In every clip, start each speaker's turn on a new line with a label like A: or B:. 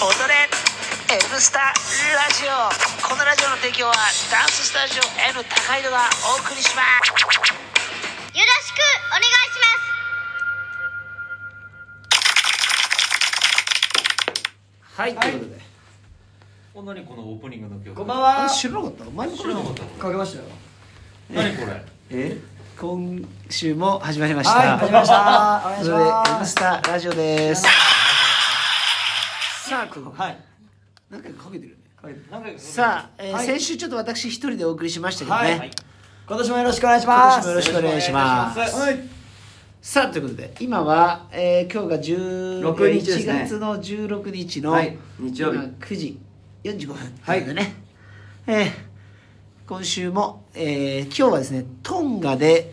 A: 踊れ「N スタ」ラジオこのラジオの提供はダンススタジオ N 高井戸がお送りします
B: よろしくお願いし
C: はい、ということで
D: お何このオープニングの曲
C: こんばん
E: あ
C: は
E: れ知らなかったお前もこれ
D: 知らなかった
E: かけましたよ
D: 何これ
C: え今週も始まりました
E: はい始まりましたお願いし
C: それで「
E: ま
C: N ス
E: す
C: タ」ラジオですさあここ
E: はい
C: なんかかけてるね
E: かけて
D: なんか
C: さあ、えー
E: はい
C: 先週ちょっと私一人でお送りしましたけど
E: は
C: ね、
E: い今年もよろしくお願いします
C: 今年もよろしくお願いします
E: はい
C: さあということで今は、えー今日が16
E: 6日ですね
C: 1月の16日の、
E: はい日曜日
C: 今9時45分なのでね、えー今週も、えー今日はですねトンガで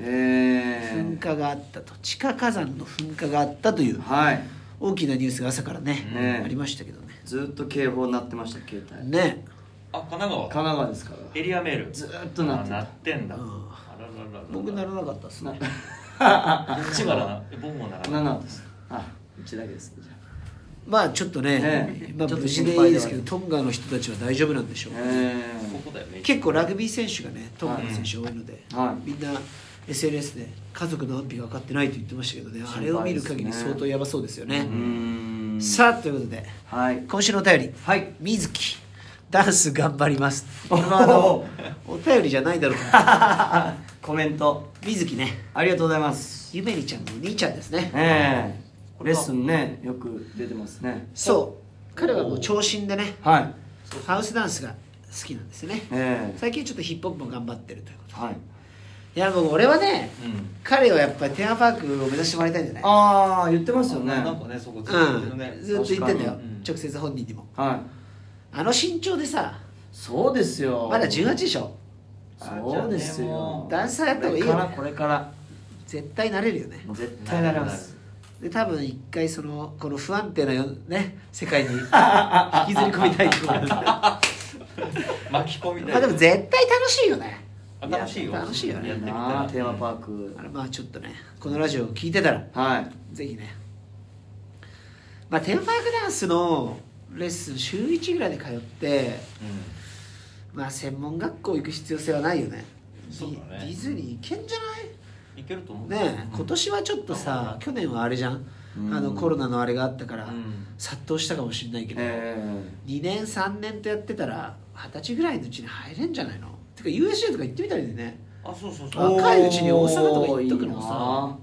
C: 噴
E: え
C: 火があったと地下火山の噴火があったという
E: ーはい
C: 大きなニュースが朝からね
E: ねえ
C: ありましたけどね
E: ずっと警報鳴ってました携帯神
C: ね
D: あ神奈川
E: 奈川ですから
D: エリアメール
E: ずーっと鳴ってた
D: あてんだ、
C: ん
D: あらららら
C: 僕ならなかっ たですね
D: 千葉な僕もならない
E: 7ですあうちだけですねじゃあ
C: まあちょっとね、
E: ねえ
C: まあ、
E: ちょっと
C: 無事
E: 心配
C: で
E: ではいあ
C: い
E: る
C: ですけどトンガの人たちは大丈夫なんでしょうか、
E: え
D: ここだよね
C: 結構ラグビー選手がねトンガの選手多いので、
E: はい
C: みんな SNS で家族の安否が分かってないと言ってましたけどねあ
E: 心配
C: れを見る限り
E: ですね
C: 相当やばそうですよね
E: ーうーん
C: さあということで
E: はい
C: 今週のお便り
E: はい
C: 水木ダンス頑張ります
E: お
C: これはあのお便りじゃないだろうか
E: コメント
C: 水木ね
E: ありがとうございます
C: ゆめりちゃんのお兄ちゃんですね
E: ええレッスンねよく出てますね
C: そう彼はもう長身でね
E: はい
C: ハウスダンスが好きなんですね
E: ええ
C: 最近ちょっとヒップホップも頑張ってるということ
E: はい
C: いやもう俺はね、
D: うん
C: 彼はやっぱりテーマパークを目指してもらいたいんじゃない
E: ああ言ってますよね
D: なんかねそこずっと言ってるね
C: うん、ずっと言ってんだ
D: 確
C: よ、
D: かにうん
C: 直接本人にも
E: はい
C: あの身長でさ
E: そうですよ
C: まだ18でしょ
E: そうですよ
C: ダンサーやった方がいいよ、ね、
E: これから
C: 絶対なれるよね
E: これから絶対なります
C: で多分一回そのこの不安定なよね世界に引きずり込みたいと思うま
D: 巻き込みだ
C: あでも絶対楽しいよね
D: あ楽しいよ
C: 楽しいよね
D: やってみた
E: なあ
D: ら
E: テーマパーク
C: あのまあちょっとねこのラジオを聞いてたら
E: はい
C: ぜひねまあテーマパークダンスのレッスン週1ぐらいで通って
D: う
C: まあ専門学校行く必要性はないよね
D: そうだね
C: ディディズニー行けんじゃない
D: んいけると思う
C: ねえ今年はちょっとさ去年はあれじゃん、
E: うん
C: あのコロナのあれがあったから、
D: うん
C: 殺到したかもしれないけど、
E: え
C: 2年3年とやってたら二十歳ぐらいのうちに入れんじゃないのてか USJ とか行ってみたらいいよね
D: あそうそう
E: え
D: そう
C: 若いうちに大阪とか行っとくのもさ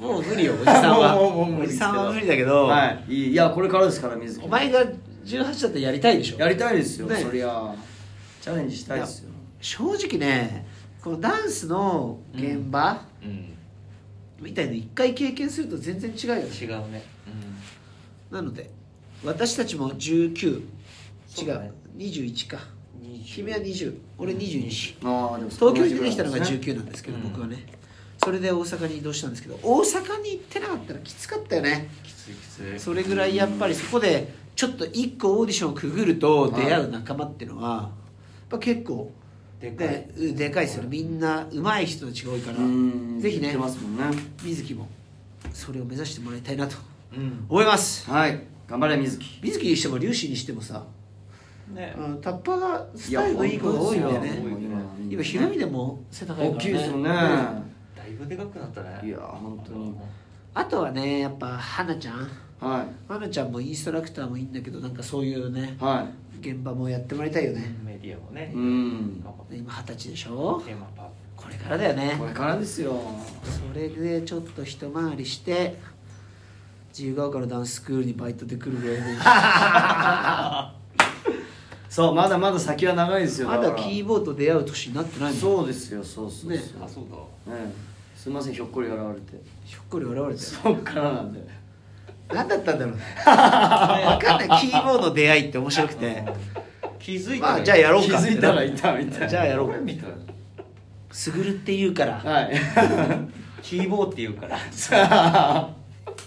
C: もう無 理よおじさんは
E: もうもうもう無
C: お
E: 理で
C: じ
E: すけど
C: さんは無理だけ
E: お
C: ど、
E: ーはいいいいやこれからですから水木
C: お前が18だったらやりたいでしょ
E: やりたいですよ
C: ね
E: そりゃチャレンジしたいですよ
C: 正直ねこのダンスの現場
D: うん
C: みたいの一回経験すると全然違うよね
D: 違うねうん
C: なので私たちも19違う
D: そうだね
C: 21か
D: 20
C: 君は20俺21
E: ああでも
C: 東京に出てきたのが
E: 同じぐらいですね
C: 19なんですけど
D: うん
C: 僕はねそれで大阪に移動したんですけど大阪に行ってなかったらきつかったよね
D: きついきつい
C: それぐらいやっぱりそこでちょっと一個オーディションをくぐると出会う仲間っていうのはやっぱ結構
D: でかい
C: ねうんでかいですよねみんな上手い人たちが多いから
E: うん
C: ぜひ
E: 言っ
C: ね
E: てますもんね
C: 水木もそれを目指してもらいたいなと
D: うん
C: 思います
E: はい頑張れ水木
C: 水木にしても粒子にしてもさ
D: ね
C: うんタッパーがスタイルのいい子が多いんだよね
D: いや本
C: 今ヒロミでも背高い
E: 大
C: から
E: きいですよね
D: だいぶでかくなったね
E: いや本当に
C: あとはねやっぱ花ちゃん
E: は
C: 花ちゃんもインストラクターもいいんだけどなんかそういうね
E: いは
C: 現場もやってもらいたいよね
D: メディアもね
E: いうん
D: 頑張って
C: 今二十歳でしょ
D: テーマパーク
C: これからだよね
E: これからですよ
C: それでちょっと一回りして自由が丘のダンススクールにバイトで来るぐらいで
E: そうまだまだ先は長い ですよ
C: ま
E: か
C: だ
E: ら
C: キーボードと出会う年になってないもん
E: そうですよそうそうそう
C: ね
D: あそうだ
E: ええすいませんひょっこり現れて
C: ひょっこり現れたよ
E: そっからなんで
C: 何だったんだ ろうね分かんないキーボードの出会いって面白くて
D: 気づいた
C: まあじゃあやろう
E: 気
C: か
E: づいたらいたみたいな
C: じゃあやろうか
D: みたいな
C: すぐるって言うから
E: はい
D: キーボーって言うから
E: さ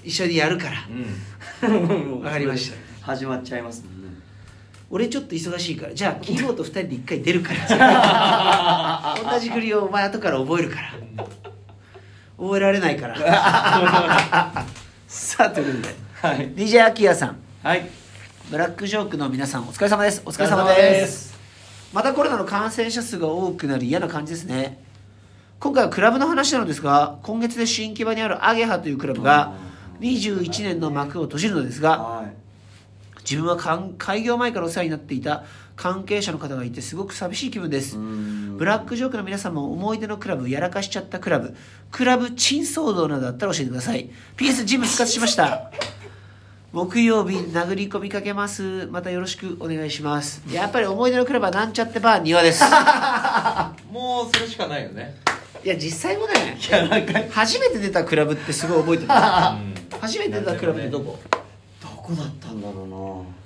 C: 一緒にやるから
D: うん
E: あもう
C: わかりました
E: 始まっちゃいますもんね
C: 俺ちょっと忙しいからじゃあキーボード2人で1回出るから同じ振りをお前後から覚えるから覚えられないから さあということで
E: はい
C: DJ アキヤさん
E: はい
C: ブラックジョークの皆さんお疲れ様ですお疲れ様
E: お疲れ様
C: で
E: ですす
C: またコロナの感染者数が多くなり嫌な感じですね今回はクラブの話なのですが今月で新木場にあるアゲハというクラブが21年の幕を閉じるのですが
E: はい
C: 自分はかん開業前からお世話になっていた関係者の方がいてすごく寂しい気分ですブラックジョークの皆さんも思い出のクラブやらかしちゃったクラブクラブ珍騒動などあったら教えてください PS ジム復活しました木曜日殴り込みかけますまたよろしくお願いしますやっぱり思い出のクラブはなんちゃってバー庭です
D: もうそれしかないよね
C: いや実際もね
D: いやなんか
C: 初めて出たクラブってすごい覚えてます 初めて出たクラブってどこ
E: どこだったんだろうな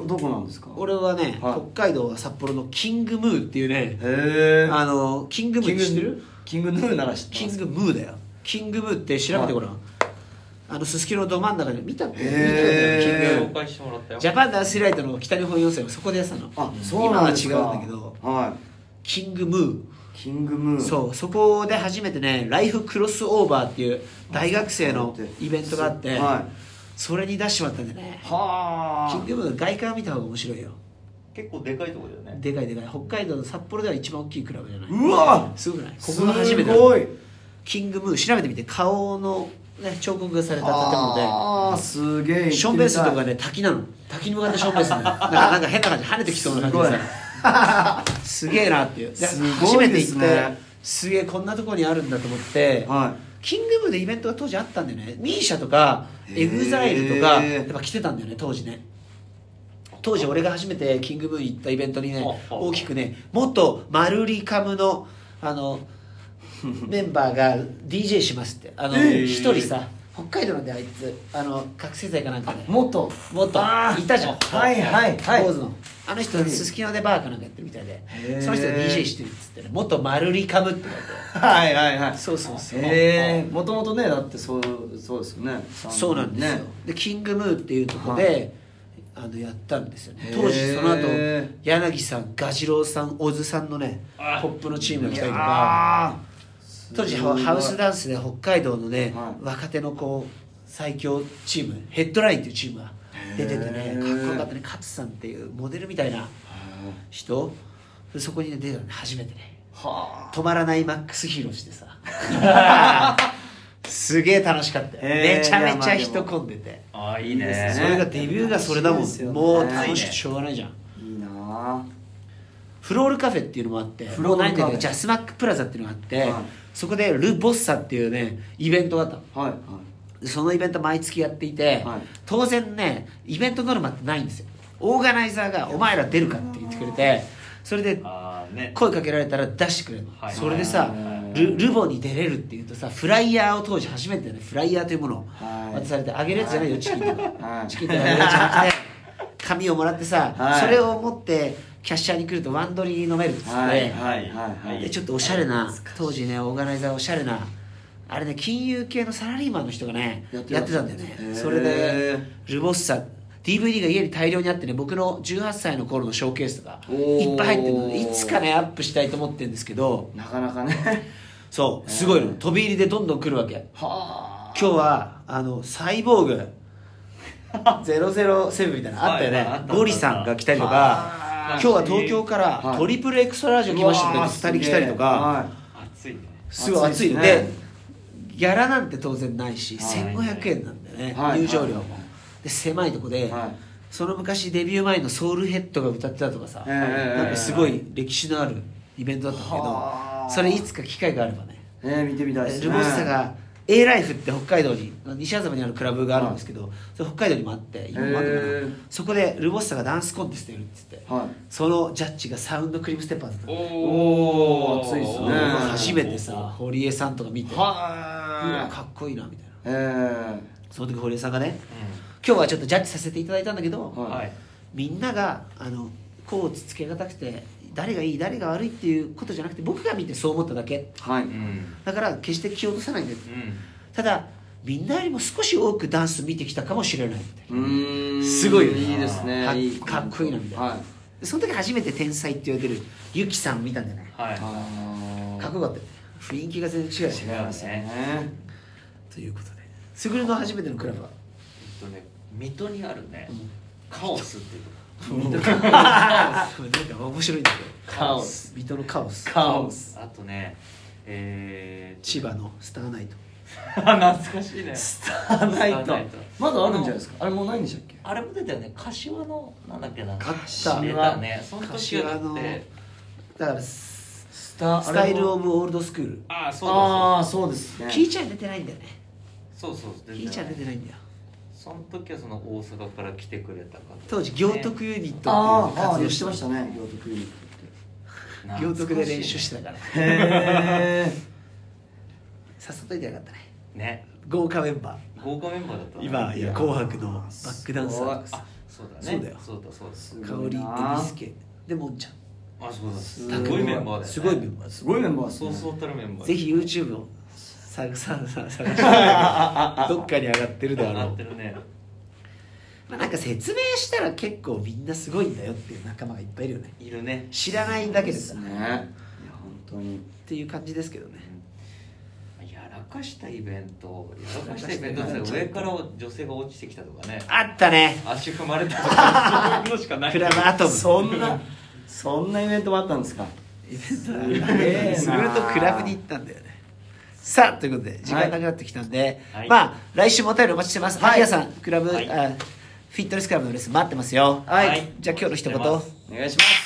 E: どどこなんですか
C: 俺はね、
E: はい
C: 北海道は札幌のキングムーっていうね
E: へえ
C: あのキングム
E: キン
C: ー
E: グ
C: 知ってる
E: キングヌーなら知って
C: キ
E: ます
C: ングムーだよキングムーって調べてごらん、あのすすきのど真ん中で見たって見たことあるキングム
E: へ
C: ー
E: ー
D: 紹介してもらったよ
C: ジャパンダースライトの北日本予選はそこでやってたの
E: あそうなんですか
C: 今は違うんだけど
E: は
C: キングムー
E: いキングムー
C: そうそこで初めてねライフクロスオーバーっていう大学生のイベントがあって、
E: は
C: それに出しちまったんでね
E: いは
C: キ
E: あ
C: ングムーの外観見た方が面白いよ
D: 結構でかいとこだよね
C: でかいでかい北海道の札幌では一番大きいクラブじゃないう
E: わ
C: すごくないこ
E: す
C: こが初めてだ
E: ごい
C: キングムー調べてみて顔の、ね、彫刻がされた建物で
E: ああすげえ行ってみたい
C: ションベースとかね滝なの滝に向かってションベー スなのなんかなんか変な感じ跳ねてきそうな感じでさすげえなっていうです
E: ごいですね
C: 初めて行ってすげえこんなとこにあるんだと思って、
E: は
C: キングムーでイベントが当時あったんだよね MISIA とか EXILE とか
E: へ
C: やっ
E: ー
C: ぱ来てたんだよね当時ね当時俺が初めてキングムー行ったイベントにね
D: ああ
C: 大きくね元マルリカムの あのメンバーが DJ しますってあの
E: えー
C: 一人さ北海道なんであいつあの覚醒剤かなんかで
E: もっと
C: もっと
E: あー
C: いたじゃん
E: はいはいはい
C: 坊主のあの人すすきのでバーかなんかやってるみたいで
E: へー
C: その人が DJ してるっつってね元マルリカムって言われて
E: はいはいはい
C: そうそうそう
E: へえもともとねだってそうそうですよね
C: そうなんですよ、
E: ね
C: でキングムーっていうとこで、
E: はい
C: あのやったんですよね
E: へー
C: 当時その後柳さん蛾次郎さん小津さんのね
D: あ
C: ポップのチームが来たりとか
E: あ
C: 当時ハハウスダンスで北海道のね、
E: はい
C: 若手のこう最強チームヘッドラインっていうチームが出ててね
E: へー
C: かっこよかったね勝さんっていうモデルみたいな人でそこに、ね、出たのね初めてね
E: は
C: 止まらないマックスヒーローしてさすげえ楽しかったよ
E: へー
C: めちゃめちゃ人混んでて
D: ああいい
E: いいです
D: ね
E: ね
C: それがデビューがそれだも
E: 楽しいですよ
C: ん
E: ね
C: もう楽しくてしょうがないじゃん
E: あいいなあ
C: フロールカフェっていうのもあって
E: フロールカフェ
C: もうないんだけどジャスマックプラザっていうのがあって、
E: はい
C: そこでル・ボッサっていうねイベントがあったの
E: はいはい
C: でそのイベント毎月やっていて、
E: はい
C: 当然ねイベントノルマってないんですよオーガナイザーが「お前ら出るか?」って言ってくれてそれで
D: ああね
C: 声かけられたら出してくれるの、
D: はい
C: それでさルルボに出れるっていうとさフライヤーを当時初めてねフライヤーというものを
E: はい
C: 渡されてあげるやつじゃないよチキンと
E: は
C: か
E: い
C: チキンとかあげるやつじゃなくて紙をもらってさ、
E: はい
C: それを持ってキャッシャーに来るとワンドリー飲めるっつって、
E: はいはい
D: は
E: はいい
C: でちょっとおしゃれな当時ねオーガナイザーおしゃれなあれね金融系のサラリーマンの人がねや
E: や
C: っ
E: ってて
C: た
E: た
C: ん
E: ん
C: だ
E: だ
C: よ
E: へ
C: ね
E: ー
C: それでルボッサ DVD が家に大量にあってね僕の18歳の頃のショーケースとか
E: おー
C: いっぱい入ってるのでいつかねアップしたいと思ってるんですけど
E: なかなかね
C: そうすごいの飛び入りでどんどん来るわけ
E: は
C: 今日はあのサイボーグ007みたいなのあったよ
D: はいはいあ
C: ね
D: った
C: ゴリさんが来たりとか
D: あー
C: 今日は東京から
E: はい
C: トリプルエクストララジオ来ましたみたいな2人来たりとか
D: 暑いね
C: すごい暑いの
E: 暑いです
C: で
E: ね
C: ギャラなんて当然ないし
E: はい
C: 1500円なんだよね
E: はい
C: 入場料も
E: はい
C: で狭いとこで
E: はい
C: その昔デビュー前のソウルヘッドが歌ってたとかさ
E: ええ
C: なんかすごい歴史のあるイベントだったんだけ
E: は
C: ど
E: あ
C: それいつか機会があればね
E: えー、見てみたいですね
C: ルボッサが A ライフって北海道に西麻布にあるクラブがあるんですけど、それ北海道にもあって今もあるかな、
E: へー
C: そこでルボッサがダンスコンテストやるっつって、
E: はい
C: そのジャッジがサウンドクリームステッパーズだったの
E: おー暑いっす
C: 僕
E: ね
C: 初めてさ堀江さんとか見てうわ
E: は
C: かっこいいなみたい
E: え
C: な
E: ー、
C: その時堀江さんがね今日はちょっとジャッジさせていただいたんだけど、
D: うん
E: はい
D: はい
C: みんながあのこうつつけがたくて誰がいい誰が悪いっていうことじゃなくて僕が見てそう思っただけ
E: はい、
D: うん
C: だから決して気を落とさないんだよ
D: うん
C: ただみんなよりも少し多くダンス見てきたかもしれないみたいな
E: うーん
C: すごいよね
E: いいですね
C: かっ
E: いいコメント
C: かっこいいなみたいな
E: はい
C: でその時初めて天才って言われてるユキさん見たんじゃない
D: は
E: あ
C: かっこよかったよね雰囲気が全然違うよ
D: い
C: ね
D: 違いま
E: ー
D: すね
E: ね
C: ということでスグルの初めてのクラブは
D: えっとね水戸にあるね、カオスっていう
C: なんか面白いんだけど
D: カオス
C: 水戸のカオス
E: カオス
D: あとねえー、
C: 千葉のスターナイト
D: 葉懐かしいね
E: スターナイ
D: スタ
E: ト
D: ーナイト
E: まだあるんじゃないですかあれもうないんでしたっけ
D: あれも出たよね柏のなんだっけな
C: 買っ
D: 柏
C: た
D: 出たねその年がだ
C: 柏
D: っ
C: の
D: て
C: だからス
E: スタ
C: スタイル・オブ・オールド・スクール
D: ああそう
E: ああそうですね
C: キーちゃん出てないんだよね
D: そうそうそうそう
C: キーちゃん出てないんだよ
D: その時はその大阪から来てくれた方
C: 当時行徳ユニット
E: あー
C: っていう
E: あ
C: 活
E: ー
C: 動
E: してました
C: ね
E: ね行徳ユニットって
C: 行徳で練習してたから
E: へえ
C: 誘っといてよかったね
D: たね
C: 豪華メンバ
D: 豪華メンバーだった
C: ー
D: な
C: 今いや紅白のバックダンサーとか
D: あ
C: さ
D: そうだね
C: そうだよ
D: そうだそうだ
E: す
C: 香り
E: ごい
C: でビ
E: な
C: スケでもんちゃ
D: あそうだ
E: す
D: すごいメンバーだよ、
C: ん
D: ね、
C: すごいメンバーです
E: すごいメンバーです
D: そ
E: ね
D: うそうたるメンバー
C: ぜひ YouTube をさささ探してどっかに上がってるだろ
D: な
C: う
D: ってるね
C: まあなんか説明したら結構みんなすごいんだよっていう仲間がいっぱいいるよね
D: いるね
C: 知らないだけでさ
E: ねい
C: っ
E: や本当に
C: ていう感じですけどね
D: やらかしたイベントやらかしたイベントって上から女性が落ちてきたとか ね
C: あったね
D: 足踏まれたとかそういうのしかない
C: クラブアト ム
E: そんなそんなイベントもあったんですか
C: イベントだ
E: すげえな
C: それとクラブに行ったんだよねさあということで時間なくなってきたんで、
D: はい
C: まあ来週もお便りお待ちしてます、
E: はい
C: アキラさんクラブ、
D: はい
C: あフィットネスクラブのレッスン待ってますよ、
E: はい
D: はい
C: じゃあ今日の一
D: 待ってま
C: 言
D: す
E: お願いします